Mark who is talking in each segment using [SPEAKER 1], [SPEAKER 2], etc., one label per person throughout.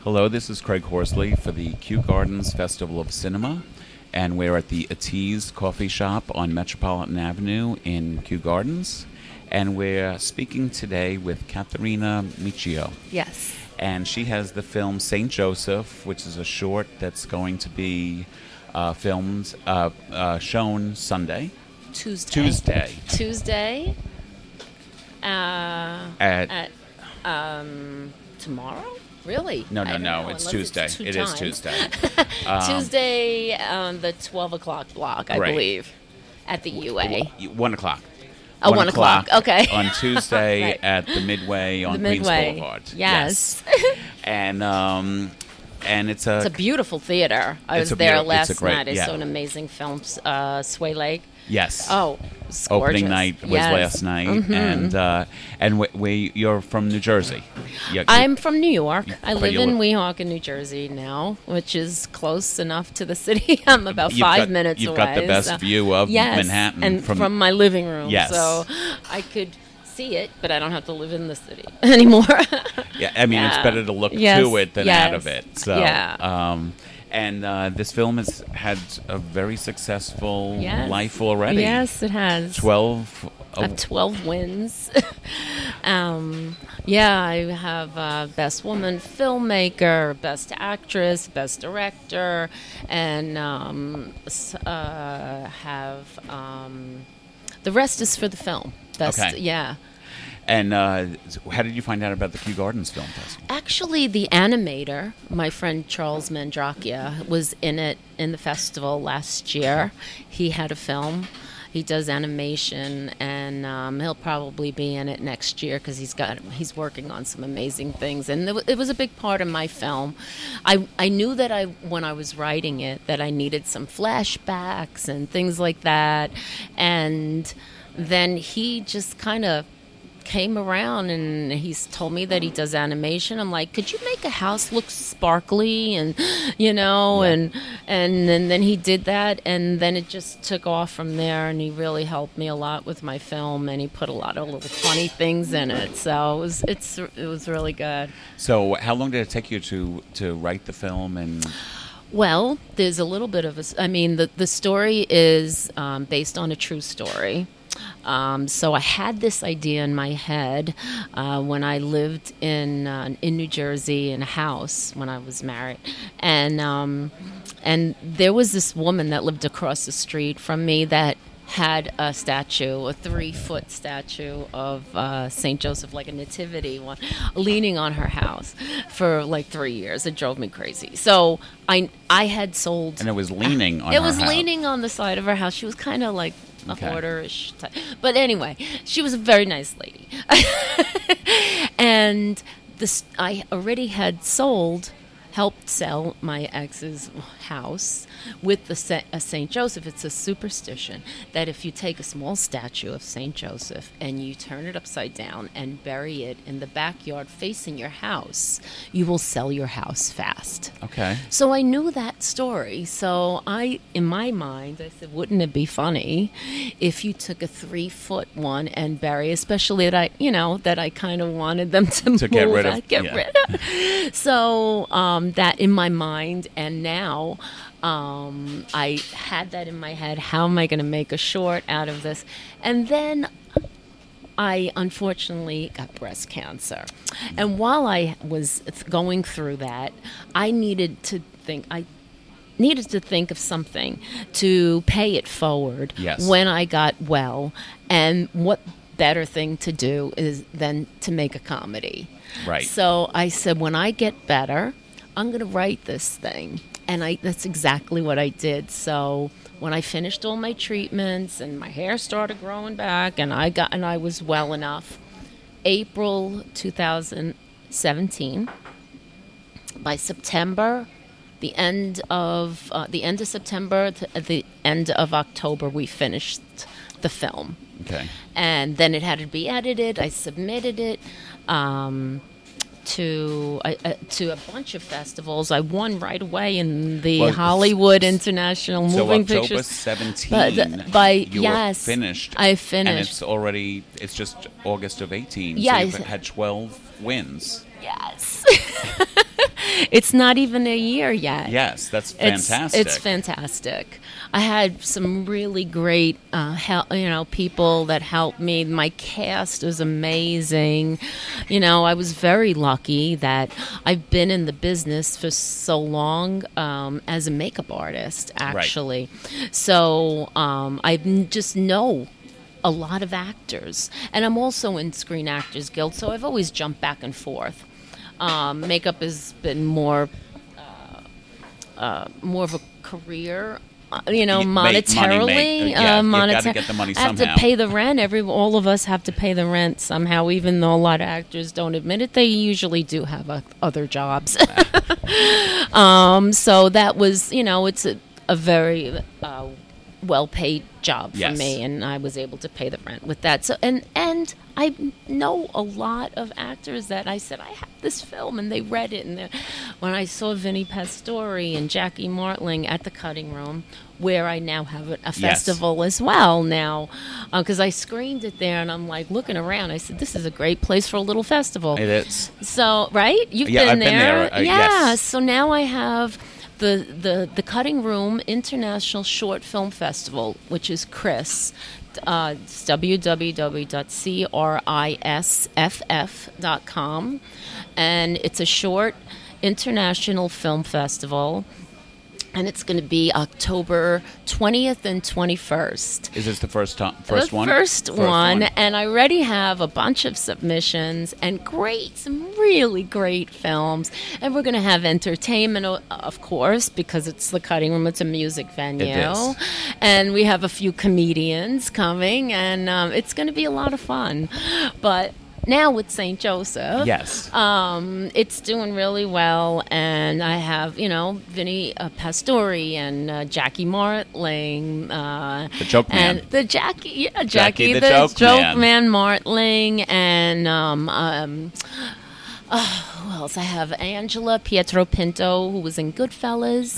[SPEAKER 1] Hello, this is Craig Horsley for the Kew Gardens Festival of Cinema, and we're at the Atiz Coffee Shop on Metropolitan Avenue in Kew Gardens, and we're speaking today with Katharina Michio,
[SPEAKER 2] Yes.
[SPEAKER 1] and she has the film Saint Joseph, which is a short that's going to be uh, filmed, uh, uh, shown Sunday,
[SPEAKER 2] Tuesday.
[SPEAKER 1] Tuesday
[SPEAKER 2] Tuesday. Uh,
[SPEAKER 1] at.
[SPEAKER 2] at um, tomorrow? Really?
[SPEAKER 1] no,
[SPEAKER 2] I
[SPEAKER 1] no,
[SPEAKER 2] don't
[SPEAKER 1] no!
[SPEAKER 2] know,
[SPEAKER 1] It's
[SPEAKER 2] unless
[SPEAKER 1] Tuesday.
[SPEAKER 2] two
[SPEAKER 1] It is
[SPEAKER 2] times.
[SPEAKER 1] Tuesday. Um,
[SPEAKER 2] Tuesday on the 12 o'clock block, I
[SPEAKER 1] Right.
[SPEAKER 2] believe, at the UA.
[SPEAKER 1] W- One o'clock.
[SPEAKER 2] Oh, one o'clock. Okay.
[SPEAKER 1] On Tuesday
[SPEAKER 2] Right.
[SPEAKER 1] at the Midway on
[SPEAKER 2] the Midway.
[SPEAKER 1] Queens Boulevard.
[SPEAKER 2] Yes.
[SPEAKER 1] And um, and it's a,
[SPEAKER 2] it's a beautiful theater. I
[SPEAKER 1] It's
[SPEAKER 2] was
[SPEAKER 1] a
[SPEAKER 2] there
[SPEAKER 1] beauti- it's a
[SPEAKER 2] last
[SPEAKER 1] great-
[SPEAKER 2] night. I
[SPEAKER 1] yeah.
[SPEAKER 2] saw an amazing film, uh, Sway Lake.
[SPEAKER 1] yes.
[SPEAKER 2] Oh, it was
[SPEAKER 1] Opening
[SPEAKER 2] gorgeous.
[SPEAKER 1] night was
[SPEAKER 2] Yes. Mm-hmm.
[SPEAKER 1] last night, and uh, and we, we you're from New Jersey. Yeah,
[SPEAKER 2] I'm from New York. I
[SPEAKER 1] but
[SPEAKER 2] live
[SPEAKER 1] you
[SPEAKER 2] in
[SPEAKER 1] live-
[SPEAKER 2] Weehawken, New Jersey now, which is close enough to the city. I'm about
[SPEAKER 1] You've
[SPEAKER 2] five
[SPEAKER 1] got-
[SPEAKER 2] minutes
[SPEAKER 1] you've
[SPEAKER 2] away.
[SPEAKER 1] got the best
[SPEAKER 2] so-
[SPEAKER 1] view of
[SPEAKER 2] yes,
[SPEAKER 1] Manhattan
[SPEAKER 2] and
[SPEAKER 1] from-
[SPEAKER 2] from, my living room.
[SPEAKER 1] Yes.
[SPEAKER 2] So I could see it, but I don't have to live in the city anymore.
[SPEAKER 1] Yeah, I mean, it's
[SPEAKER 2] Yeah.
[SPEAKER 1] better to look
[SPEAKER 2] Yes,
[SPEAKER 1] to it than out
[SPEAKER 2] yes.
[SPEAKER 1] of it. So,
[SPEAKER 2] Yeah.
[SPEAKER 1] um, and uh, this film has had a very successful
[SPEAKER 2] Yes.
[SPEAKER 1] life already.
[SPEAKER 2] yes, it has.
[SPEAKER 1] twelve.
[SPEAKER 2] I have 12 wins. um, yeah, I have uh, Best Woman Filmmaker, Best Actress, Best Director, and um, s- uh, have um, the rest is for the film. Best,
[SPEAKER 1] Okay.
[SPEAKER 2] Yeah.
[SPEAKER 1] And uh, how did you find out about the Kew Gardens Film Festival?
[SPEAKER 2] Actually, the animator, my friend Charles Mandrakia, was in it in the festival last year. He had a film. He does animation, and um, he'll probably be in it next year because he's got he's working on some amazing things. And it wa- it was a big part of my film. I I knew that I when I was writing it that I needed some flashbacks and things like that, and then he just kind of came around and he's told me that he does animation. I'm like, could you make a house look sparkly and you know and, and and then he did that and then it just took off from there and he really helped me a lot with my film and he put a lot of little funny things in it. So it was it's it was really good.
[SPEAKER 1] So, how long did it take you to to write the film? And
[SPEAKER 2] Well, there's a little bit of a. s- I mean, the the story is um, based on a true story. Um, so I had this idea in my head uh, when I lived in uh, in New Jersey in a house when I was married, and um, and there was this woman that lived across the street from me that had a statue, a three foot statue of uh, St. Joseph, like a nativity one, leaning on her house for like three years. It drove me crazy. So I, I had sold.
[SPEAKER 1] and it was leaning on.
[SPEAKER 2] Uh, It
[SPEAKER 1] her
[SPEAKER 2] was
[SPEAKER 1] house.
[SPEAKER 2] leaning on the side of her house. She was kind of like a
[SPEAKER 1] Okay.
[SPEAKER 2] hoarderish type. But anyway, she was a very nice lady. and this, I already had sold, helped sell my ex's house with the Sa- a Saint Joseph. It's a superstition that if you take a small statue of Saint Joseph and you turn it upside down and bury it in the backyard facing your house, you will sell your house fast.
[SPEAKER 1] Okay.
[SPEAKER 2] So I knew that story. So I, in my mind, I said, wouldn't it be funny if you took a three foot one and bury, especially that I, you know, that I kind of wanted them to,
[SPEAKER 1] To get
[SPEAKER 2] move
[SPEAKER 1] rid of-
[SPEAKER 2] out, get
[SPEAKER 1] yeah.
[SPEAKER 2] rid of. So um, that in my mind, and now um, I had that in my head. How am I going to make a short out of this? And then I unfortunately got breast cancer. And while I was th- going through that, I needed to think I needed to think of something to pay it forward
[SPEAKER 1] Yes.
[SPEAKER 2] when I got well and what better thing to do is than to make a comedy.
[SPEAKER 1] Right.
[SPEAKER 2] So I said when I get better, I'm going to write this thing. And I that's exactly what I did. So when I finished all my treatments and my hair started growing back and I got and I was well enough, April 2017 by September, the end of uh, the end of September to the end of October, we finished the film,
[SPEAKER 1] Okay.
[SPEAKER 2] and then it had to be edited. I submitted it. Um, to I- uh, to a bunch of festivals, I won right away in the
[SPEAKER 1] Well,
[SPEAKER 2] Hollywood International
[SPEAKER 1] So
[SPEAKER 2] Moving
[SPEAKER 1] October
[SPEAKER 2] Pictures.
[SPEAKER 1] seventeen.
[SPEAKER 2] But the- by-
[SPEAKER 1] you
[SPEAKER 2] yes,
[SPEAKER 1] were finished.
[SPEAKER 2] I
[SPEAKER 1] And
[SPEAKER 2] finished.
[SPEAKER 1] it's already. It's just August of eighteen.
[SPEAKER 2] Yeah,
[SPEAKER 1] So you've
[SPEAKER 2] it's-
[SPEAKER 1] had twelve wins.
[SPEAKER 2] Yes. it's not even a year yet.
[SPEAKER 1] Yes, that's
[SPEAKER 2] It's-
[SPEAKER 1] fantastic.
[SPEAKER 2] It's, fantastic. I had some really great, uh, hel- you know, people that helped me. My cast was amazing. You know, I was very lucky that I've been in the business for so long um, as a makeup artist, actually. So um, I just know a lot of actors, and I'm also in Screen Actors Guild. So I've always jumped back and forth. Um, makeup has been more uh, more of a career, uh, you know,
[SPEAKER 1] Y- make money,
[SPEAKER 2] monetarily.
[SPEAKER 1] make- yeah,
[SPEAKER 2] uh,
[SPEAKER 1] you gotta
[SPEAKER 2] moneta-
[SPEAKER 1] get the money
[SPEAKER 2] I
[SPEAKER 1] somehow.
[SPEAKER 2] have to pay the rent. Every all of us have to pay the rent somehow, even though a lot of actors don't admit it. They usually do have uh, other jobs. um, so that was, you know, it's a, a very uh, well-paid job for
[SPEAKER 1] Yes.
[SPEAKER 2] me, and I was able to pay the rent with that. So and and I know a lot of actors that I said I have this film, and they read it. And they- when I saw Vinnie Pastore and Jackie Martling at the Cutting Room, where I now have a, a festival as well now, because I screened it there, and I'm like looking around. I said, "This is a great place for a little festival."
[SPEAKER 1] it is.
[SPEAKER 2] So right, you've
[SPEAKER 1] Yeah,
[SPEAKER 2] been,
[SPEAKER 1] I've been
[SPEAKER 2] there.
[SPEAKER 1] there, uh,
[SPEAKER 2] yeah.
[SPEAKER 1] yes.
[SPEAKER 2] So now I have the the the Cutting Room International Short Film Festival, which is Chris. Uh, it's www.crisff.com, and it's a short international film festival, and it's going to be October twentieth and twenty first
[SPEAKER 1] Is this the first time? First
[SPEAKER 2] the
[SPEAKER 1] one.
[SPEAKER 2] First, one, and I already have a bunch of submissions and great, some really great films. And we're going to have entertainment, o- of course, because it's the cutting room. It's a music venue,
[SPEAKER 1] is.
[SPEAKER 2] and we have a few comedians coming, and um, it's going to be a lot of fun. But now with St. Joseph,
[SPEAKER 1] Yes.
[SPEAKER 2] um, it's doing really well, and I have you know Vinny uh, Pastore and uh, Jackie Martling, uh,
[SPEAKER 1] The Joke Man.
[SPEAKER 2] and the Jackie, yeah, Jackie,
[SPEAKER 1] the
[SPEAKER 2] the,
[SPEAKER 1] Joke
[SPEAKER 2] Joke,
[SPEAKER 1] Man.
[SPEAKER 2] Man. Martling, and um, um, oh, who else? I have Angela Pietro Pinto, who was in Goodfellas.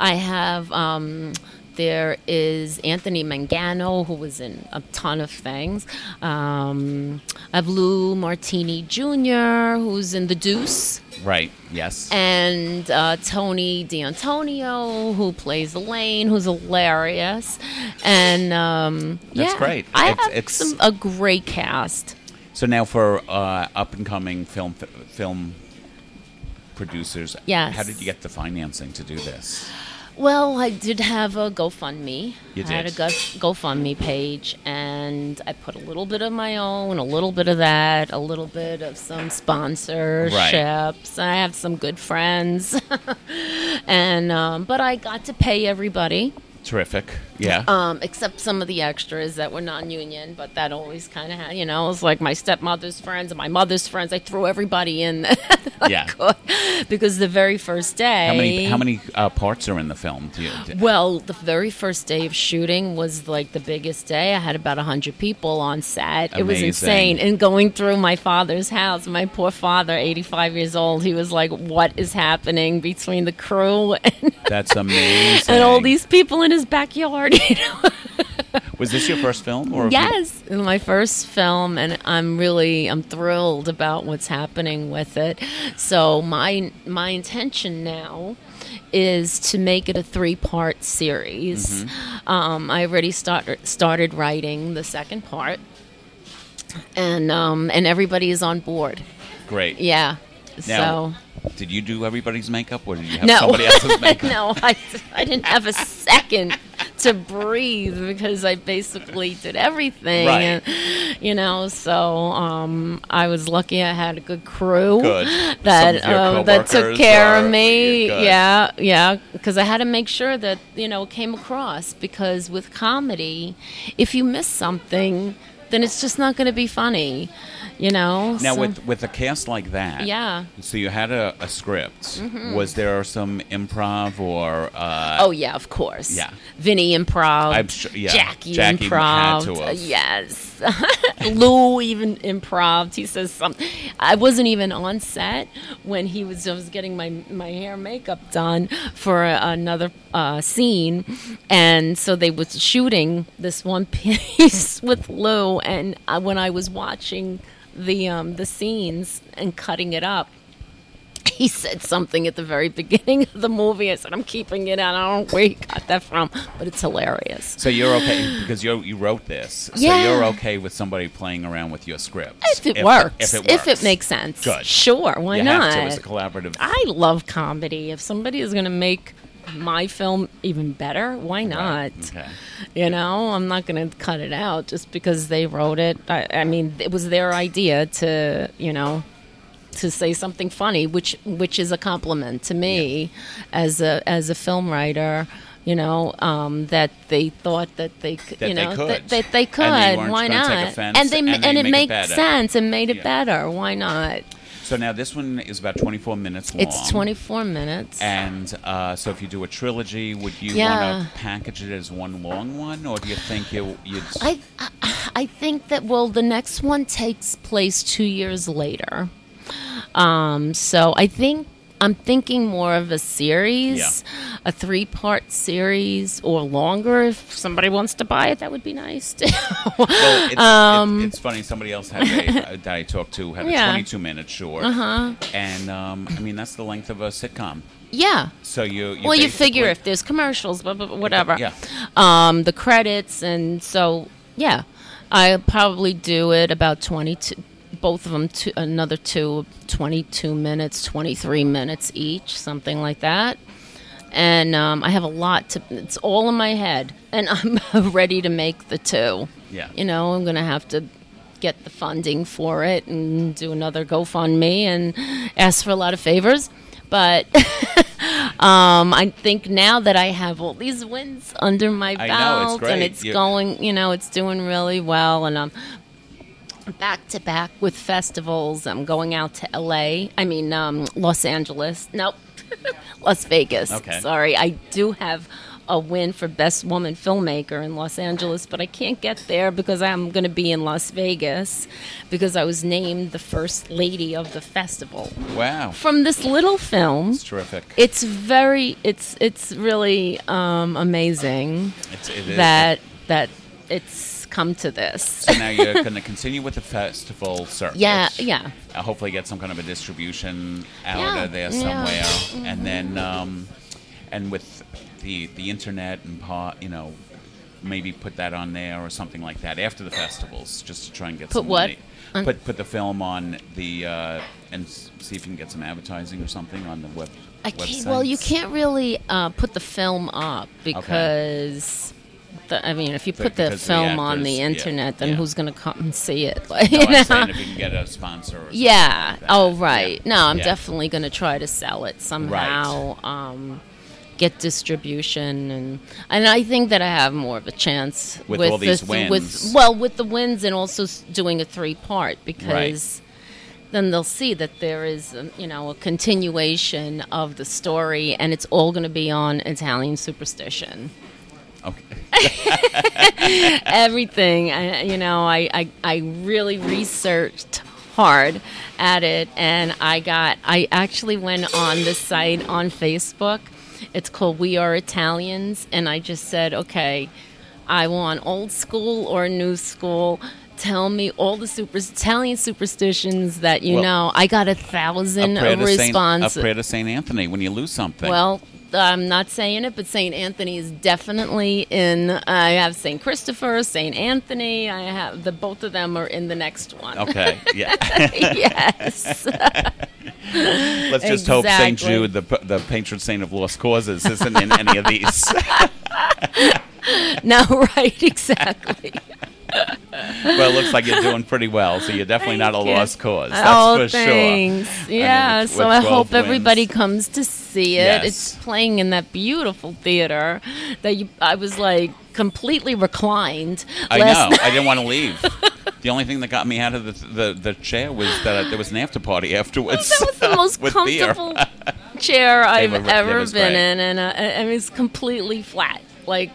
[SPEAKER 2] I have. Um, there is Anthony Mangano, who was in a ton of things. Um, I have Lou Martini Jr., who's in The Deuce
[SPEAKER 1] right. Yes.
[SPEAKER 2] and uh, Tony D'Antonio, who plays Elaine, who's hilarious, and um,
[SPEAKER 1] That's
[SPEAKER 2] yeah,
[SPEAKER 1] great.
[SPEAKER 2] I
[SPEAKER 1] It's-
[SPEAKER 2] have
[SPEAKER 1] it's-
[SPEAKER 2] some, a great cast.
[SPEAKER 1] so now for uh, up and coming film film producers.
[SPEAKER 2] Yes.
[SPEAKER 1] How did you get the financing to do this?
[SPEAKER 2] Well, I did have a GoFundMe.
[SPEAKER 1] You
[SPEAKER 2] I had a
[SPEAKER 1] did.
[SPEAKER 2] Go- GoFundMe page, and I put a little bit of my own, a little bit of that, a little bit of some sponsorships. I have some good friends, and um, but I got to pay everybody.
[SPEAKER 1] Terrific. Yeah.
[SPEAKER 2] um, except some of the extras that were non-union. But that always kind of, had, you know, it was like my stepmother's friends and my mother's friends. I threw everybody in
[SPEAKER 1] yeah.
[SPEAKER 2] because the very first day.
[SPEAKER 1] How many how many uh, parts are in the film? Do you, do-
[SPEAKER 2] Well, the very first day of shooting was like the biggest day. I had about 100 people on set. It was
[SPEAKER 1] Amazing.
[SPEAKER 2] insane. And going through my father's house, my poor father, 85 years old, he was like, What is happening between the crew and,
[SPEAKER 1] that's amazing.
[SPEAKER 2] and all these people in his backyard? You know?
[SPEAKER 1] Was this your first film? Or
[SPEAKER 2] Yes, It was my first film, and I'm really I'm thrilled about what's happening with it. So my my intention now is to make it a three part series. Um, I already started started writing the second part, and um, and everybody is on board.
[SPEAKER 1] Great.
[SPEAKER 2] Yeah,
[SPEAKER 1] Now,
[SPEAKER 2] so.
[SPEAKER 1] did you do everybody's makeup, or did you have
[SPEAKER 2] No.
[SPEAKER 1] somebody else's makeup?
[SPEAKER 2] no, I, I didn't have a second to breathe because I basically did everything.
[SPEAKER 1] Right.
[SPEAKER 2] And, you know, so um, I was lucky I had a good crew
[SPEAKER 1] Good. Some
[SPEAKER 2] that
[SPEAKER 1] of your
[SPEAKER 2] um, that took
[SPEAKER 1] coworkers
[SPEAKER 2] care
[SPEAKER 1] are-
[SPEAKER 2] of me.
[SPEAKER 1] good.
[SPEAKER 2] Yeah, yeah, because I had to make sure that, you know, it came across because with comedy, if you miss something, then it's just not going to be funny, you know?
[SPEAKER 1] Now,
[SPEAKER 2] So-
[SPEAKER 1] with with a cast like that,
[SPEAKER 2] Yeah. Mm-hmm.
[SPEAKER 1] So you had a, a script. Was there some improv or? Uh,
[SPEAKER 2] Oh yeah, of course.
[SPEAKER 1] Yeah.
[SPEAKER 2] Vinny improv.
[SPEAKER 1] I'm sure- yeah.
[SPEAKER 2] Jackie,
[SPEAKER 1] Jackie had
[SPEAKER 2] improv.
[SPEAKER 1] to have.
[SPEAKER 2] Yes. Lou even improv. He says something. I wasn't even on set when he was. I was getting my my hair and makeup done for another uh, scene, and so they was shooting this one piece with Lou, and uh, I, when I was watching the um, the scenes and cutting it up he said something at the very beginning of the movie. I said, I'm keeping it out. I don't know where he got that from, but it's hilarious.
[SPEAKER 1] So you're okay because you you wrote this.
[SPEAKER 2] Yeah.
[SPEAKER 1] So you're okay with somebody playing around with your script
[SPEAKER 2] If it works,
[SPEAKER 1] If it works.
[SPEAKER 2] makes sense,
[SPEAKER 1] Good.
[SPEAKER 2] sure, why
[SPEAKER 1] you
[SPEAKER 2] not?
[SPEAKER 1] have to. It's a collaborative.
[SPEAKER 2] I love comedy. If somebody is going to make my film even better, why not?
[SPEAKER 1] Right, okay.
[SPEAKER 2] You know, I'm not going to cut it out just because they wrote it. I, I mean, it was their idea to, you know, to say something funny, which which is a compliment to me as a as a film writer. You know um, that they thought that they, c-
[SPEAKER 1] That
[SPEAKER 2] you
[SPEAKER 1] they
[SPEAKER 2] know,
[SPEAKER 1] could.
[SPEAKER 2] That, that they
[SPEAKER 1] And
[SPEAKER 2] could.
[SPEAKER 1] they weren't
[SPEAKER 2] Why
[SPEAKER 1] gonna
[SPEAKER 2] not?
[SPEAKER 1] take offense,
[SPEAKER 2] and they
[SPEAKER 1] and
[SPEAKER 2] ma-
[SPEAKER 1] they
[SPEAKER 2] it
[SPEAKER 1] make it
[SPEAKER 2] made
[SPEAKER 1] better.
[SPEAKER 2] sense and made it
[SPEAKER 1] Yeah.
[SPEAKER 2] better. Why not?
[SPEAKER 1] So now this one is about 24 minutes long.
[SPEAKER 2] It's 24 minutes.
[SPEAKER 1] And uh, so, if you do a trilogy, would you
[SPEAKER 2] Yeah.
[SPEAKER 1] want to package it as one long one, or do you think you you'd?
[SPEAKER 2] I, I I think that well, the next one takes place two years later. Um, so I think I'm thinking more of a series, a three part series or longer. If somebody wants to buy it, that would be nice. too.
[SPEAKER 1] Well, it's, it- it's funny. Somebody else had a, that I talked to had
[SPEAKER 2] um, Yeah.
[SPEAKER 1] a 22 minute short, uh-huh. and um, I mean that's the length of a sitcom.
[SPEAKER 2] yeah.
[SPEAKER 1] So you, you
[SPEAKER 2] Well, you figure
[SPEAKER 1] basically-
[SPEAKER 2] if there's commercials, blah, blah, blah, whatever.
[SPEAKER 1] Yeah.
[SPEAKER 2] Um, the credits, and so yeah, I probably do it about twenty two. Both of them, two, another two, 22 minutes, 23 minutes each, something like that. And um, I have a lot to, it's all in my head. And I'm ready to make the two.
[SPEAKER 1] Yeah.
[SPEAKER 2] You know, I'm going to have to get the funding for it and do another GoFundMe and ask for a lot of favors. But um, I think now that I have all these wins under my
[SPEAKER 1] I
[SPEAKER 2] belt
[SPEAKER 1] know, it's
[SPEAKER 2] and
[SPEAKER 1] great.
[SPEAKER 2] it's
[SPEAKER 1] You-
[SPEAKER 2] going, you know, it's doing really well and I'm back to back with festivals. I'm going out to LA, I mean, um, Los Angeles. Nope. Las Vegas.
[SPEAKER 1] Okay.
[SPEAKER 2] Sorry. I do have a win for Best Woman Filmmaker in Los Angeles, but I can't get there because I'm going to be in Las Vegas because I was named the first lady of the festival
[SPEAKER 1] wow,
[SPEAKER 2] from this little film.
[SPEAKER 1] it's terrific.
[SPEAKER 2] It's very, it's it's really um, amazing
[SPEAKER 1] It's, it is.
[SPEAKER 2] that that it's come to this.
[SPEAKER 1] So now you're going to continue with the festival circuit.
[SPEAKER 2] Yeah, yeah.
[SPEAKER 1] Uh, hopefully, get some kind of a distribution out
[SPEAKER 2] Yeah,
[SPEAKER 1] of there
[SPEAKER 2] yeah. Mm-hmm.
[SPEAKER 1] somewhere, and then, um, and with the the internet and pa, you know, maybe put that on there or something like that after the festivals, just to try and get
[SPEAKER 2] Put
[SPEAKER 1] some
[SPEAKER 2] what?
[SPEAKER 1] money. Put put the film on the uh, and s- see if you can get some advertising or something on the web.
[SPEAKER 2] I can't, well, you
[SPEAKER 1] websites.
[SPEAKER 2] can't really uh, put the film up because. The, I mean, if you
[SPEAKER 1] The-
[SPEAKER 2] put the,
[SPEAKER 1] because the
[SPEAKER 2] film on
[SPEAKER 1] actors,
[SPEAKER 2] the
[SPEAKER 1] yeah,
[SPEAKER 2] internet, then
[SPEAKER 1] yeah.
[SPEAKER 2] who's going to come and see it? Like,
[SPEAKER 1] No, Oh,
[SPEAKER 2] you
[SPEAKER 1] I'm
[SPEAKER 2] know?
[SPEAKER 1] saying if you can get a sponsor. Or something
[SPEAKER 2] Yeah.
[SPEAKER 1] like that.
[SPEAKER 2] Oh, right.
[SPEAKER 1] Yeah.
[SPEAKER 2] No, I'm
[SPEAKER 1] Yeah.
[SPEAKER 2] definitely going to try to sell it somehow. Um, get distribution, and and I think that I have more of a chance
[SPEAKER 1] With all these
[SPEAKER 2] the,
[SPEAKER 1] wins.
[SPEAKER 2] With well, with the wins, and also s- doing a three part because. Then they'll see that there is, um, you know, a continuation of the story, and it's all going to be on Italian superstition
[SPEAKER 1] Okay.
[SPEAKER 2] everything. I, you know, I, I, I really researched hard at it, and I got, I actually went on the site on Facebook. It's called We Are Italians, and I just said, okay, I want old school or new school. Tell me all the super Italian superstitions that you
[SPEAKER 1] Well,
[SPEAKER 2] know. I got a thousand
[SPEAKER 1] prayer to Saint-
[SPEAKER 2] responses.
[SPEAKER 1] a prayer to Saint Anthony when you lose something.
[SPEAKER 2] Well, I'm not saying it, but St. Anthony is definitely in. I have St. Christopher, St. Anthony. I have the both of them are in the next one.
[SPEAKER 1] Okay. Yeah.
[SPEAKER 2] yes.
[SPEAKER 1] Let's just hope St.
[SPEAKER 2] Exactly.
[SPEAKER 1] Jude, the, the patron saint of lost causes, isn't in any of these.
[SPEAKER 2] no, right, exactly.
[SPEAKER 1] well, it looks like you're doing pretty well, so you're definitely not a
[SPEAKER 2] Thank you.
[SPEAKER 1] lost cause. That's
[SPEAKER 2] oh,
[SPEAKER 1] for
[SPEAKER 2] thanks.
[SPEAKER 1] sure.
[SPEAKER 2] Yeah.
[SPEAKER 1] I mean, with- with
[SPEAKER 2] so I
[SPEAKER 1] 12
[SPEAKER 2] hope everybody
[SPEAKER 1] wins.
[SPEAKER 2] comes to see it.
[SPEAKER 1] Yes.
[SPEAKER 2] It's playing in that beautiful theater that you, I was like completely reclined.
[SPEAKER 1] I
[SPEAKER 2] last
[SPEAKER 1] know. I didn't want to leave. The only thing that got me out of the the, the chair was that there was an after party afterwards.
[SPEAKER 2] That was the most
[SPEAKER 1] with beer.
[SPEAKER 2] comfortable chair I've
[SPEAKER 1] were- they
[SPEAKER 2] ever
[SPEAKER 1] was
[SPEAKER 2] been
[SPEAKER 1] great.
[SPEAKER 2] in, and uh, I I mean, it's completely flat. Like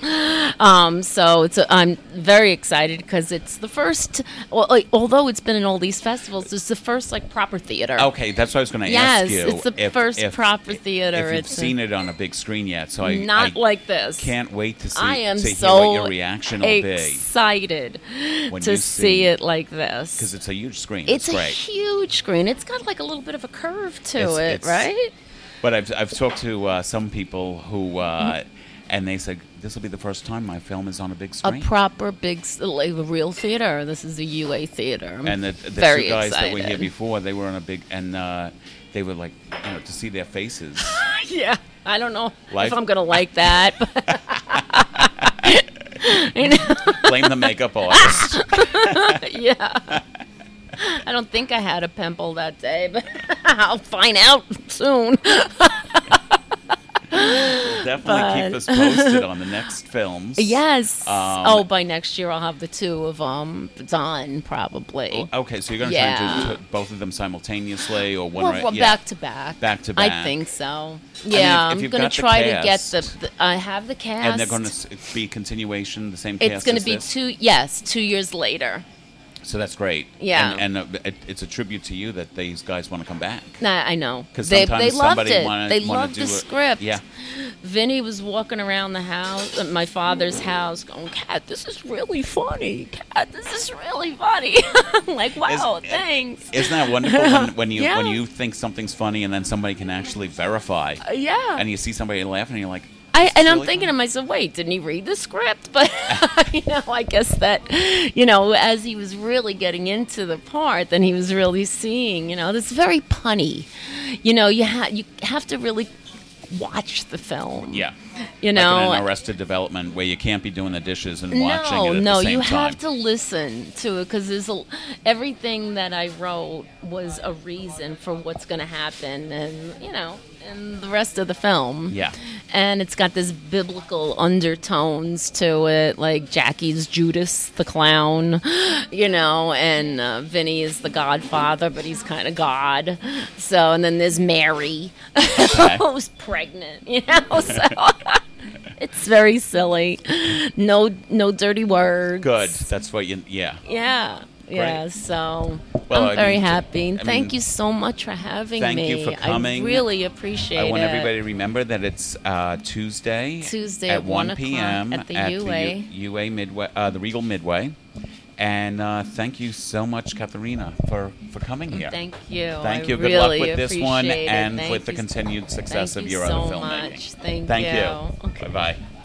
[SPEAKER 2] Um, so it's a, I'm very excited because it's the first. Well, like, although it's been in all these festivals, it's the first like proper theater.
[SPEAKER 1] Okay, that's what I was going to
[SPEAKER 2] Yes,
[SPEAKER 1] Oh, ask you.
[SPEAKER 2] it's the first proper theater.
[SPEAKER 1] If you've
[SPEAKER 2] It's a-
[SPEAKER 1] seen it on a big screen yet, so I
[SPEAKER 2] Not
[SPEAKER 1] I
[SPEAKER 2] like this.
[SPEAKER 1] Can't wait to see.
[SPEAKER 2] I am
[SPEAKER 1] to hear
[SPEAKER 2] so
[SPEAKER 1] what your reaction will be
[SPEAKER 2] excited
[SPEAKER 1] When
[SPEAKER 2] to
[SPEAKER 1] you
[SPEAKER 2] see,
[SPEAKER 1] see-
[SPEAKER 2] it like this.
[SPEAKER 1] because it's a huge screen. It's,
[SPEAKER 2] it's a
[SPEAKER 1] great.
[SPEAKER 2] huge screen. It's got like a little bit of a curve to
[SPEAKER 1] It's-
[SPEAKER 2] it,
[SPEAKER 1] it's-
[SPEAKER 2] right?
[SPEAKER 1] But I've, I've talked to uh, some people who, uh, and they said, this will be the first time my film is on a big
[SPEAKER 2] A
[SPEAKER 1] screen.
[SPEAKER 2] proper big, s- like a real theater. This is a UA theater. I'm
[SPEAKER 1] and the, the
[SPEAKER 2] very
[SPEAKER 1] two guys
[SPEAKER 2] excited.
[SPEAKER 1] that were here before, they were on a big, and uh, they were like, you know, to see their faces.
[SPEAKER 2] yeah, I don't know
[SPEAKER 1] Life-
[SPEAKER 2] if I'm gonna like that. But you know,
[SPEAKER 1] Blame the makeup artist.
[SPEAKER 2] yeah. I don't think I had a pimple that day, but I'll find out soon.
[SPEAKER 1] Definitely keep us posted on the next films.
[SPEAKER 2] Yes.
[SPEAKER 1] Um,
[SPEAKER 2] oh, by next year I'll have the two of them done probably.
[SPEAKER 1] Okay, so you're going to try
[SPEAKER 2] Yeah.
[SPEAKER 1] and do t- both of them simultaneously, or one
[SPEAKER 2] well,
[SPEAKER 1] right?
[SPEAKER 2] well,
[SPEAKER 1] yeah.
[SPEAKER 2] back to back.
[SPEAKER 1] Back to
[SPEAKER 2] I
[SPEAKER 1] back.
[SPEAKER 2] think so.
[SPEAKER 1] mean,
[SPEAKER 2] Yeah,
[SPEAKER 1] if
[SPEAKER 2] I'm
[SPEAKER 1] you've
[SPEAKER 2] gonna
[SPEAKER 1] got the
[SPEAKER 2] try to get
[SPEAKER 1] cast-
[SPEAKER 2] the, the. I have the cast.
[SPEAKER 1] and they're going to be continuation, the same
[SPEAKER 2] It's
[SPEAKER 1] cast
[SPEAKER 2] gonna
[SPEAKER 1] as
[SPEAKER 2] be
[SPEAKER 1] this?
[SPEAKER 2] two. Yes, two years later.
[SPEAKER 1] So that's great.
[SPEAKER 2] Yeah.
[SPEAKER 1] And, and uh, it, it's a tribute to you that these guys want to come back.
[SPEAKER 2] Nah, I know.
[SPEAKER 1] 'Cause
[SPEAKER 2] they
[SPEAKER 1] sometimes
[SPEAKER 2] they loved
[SPEAKER 1] somebody
[SPEAKER 2] it.
[SPEAKER 1] wanna-
[SPEAKER 2] they
[SPEAKER 1] wanna
[SPEAKER 2] loved
[SPEAKER 1] do
[SPEAKER 2] the
[SPEAKER 1] a-
[SPEAKER 2] script.
[SPEAKER 1] yeah.
[SPEAKER 2] Vinny was walking around the house, at my father's house, going, "Cat, this is really funny. Cat, this is really funny." I'm like, wow,
[SPEAKER 1] Is-
[SPEAKER 2] thanks.
[SPEAKER 1] Isn't that wonderful when, when you when
[SPEAKER 2] Yeah.
[SPEAKER 1] you think something's funny and then somebody can actually verify
[SPEAKER 2] Uh, yeah.
[SPEAKER 1] and you see somebody laughing and you're like,
[SPEAKER 2] I,
[SPEAKER 1] "This is
[SPEAKER 2] and I'm
[SPEAKER 1] really
[SPEAKER 2] thinking to
[SPEAKER 1] funny."
[SPEAKER 2] myself, wait, didn't he read the script? But you know, I guess that you know, as he was really getting into the part, then he was really seeing. You know, this is very punny. You know, you ha- you have to really watch the film.
[SPEAKER 1] yeah,
[SPEAKER 2] you
[SPEAKER 1] like
[SPEAKER 2] know,
[SPEAKER 1] in an Arrested Development where you can't be doing the dishes and watching
[SPEAKER 2] no,
[SPEAKER 1] it at
[SPEAKER 2] no,
[SPEAKER 1] the same
[SPEAKER 2] you
[SPEAKER 1] time.
[SPEAKER 2] have to listen to it because there's a, everything that I wrote was a reason for what's going to happen, and you know, and the rest of the film.
[SPEAKER 1] Yeah.
[SPEAKER 2] and it's got this biblical undertones to it, like Jackie's Judas the clown, you know, and uh, Vinny is the Godfather, but he's kind of God. So, and then there's Mary,
[SPEAKER 1] Okay.
[SPEAKER 2] who's pregnant, you know. So. It's very silly. No, no dirty words.
[SPEAKER 1] Good. That's what you. Yeah.
[SPEAKER 2] Yeah. Yeah.
[SPEAKER 1] Great.
[SPEAKER 2] So
[SPEAKER 1] Well,
[SPEAKER 2] I'm
[SPEAKER 1] I
[SPEAKER 2] very
[SPEAKER 1] mean,
[SPEAKER 2] happy.
[SPEAKER 1] I
[SPEAKER 2] thank
[SPEAKER 1] mean,
[SPEAKER 2] you so much for having
[SPEAKER 1] thank
[SPEAKER 2] me.
[SPEAKER 1] you for coming.
[SPEAKER 2] I really appreciate
[SPEAKER 1] I want
[SPEAKER 2] it.
[SPEAKER 1] everybody to remember that it's uh, Tuesday,
[SPEAKER 2] Tuesday
[SPEAKER 1] at
[SPEAKER 2] at 1 o'clock
[SPEAKER 1] p.m.
[SPEAKER 2] at the
[SPEAKER 1] U- UA Midway, uh, the Regal Midway, and uh, thank you so much, Katharina, for for coming here.
[SPEAKER 2] Thank you.
[SPEAKER 1] Thank
[SPEAKER 2] I
[SPEAKER 1] you. Good
[SPEAKER 2] really
[SPEAKER 1] luck with this one
[SPEAKER 2] appreciate it.
[SPEAKER 1] and
[SPEAKER 2] Thank
[SPEAKER 1] with the
[SPEAKER 2] you so-
[SPEAKER 1] continued success
[SPEAKER 2] Thank
[SPEAKER 1] of
[SPEAKER 2] you
[SPEAKER 1] your
[SPEAKER 2] so
[SPEAKER 1] other filmmaking.
[SPEAKER 2] much. Thank
[SPEAKER 1] Thank you.
[SPEAKER 2] you. Okay.
[SPEAKER 1] Bye bye.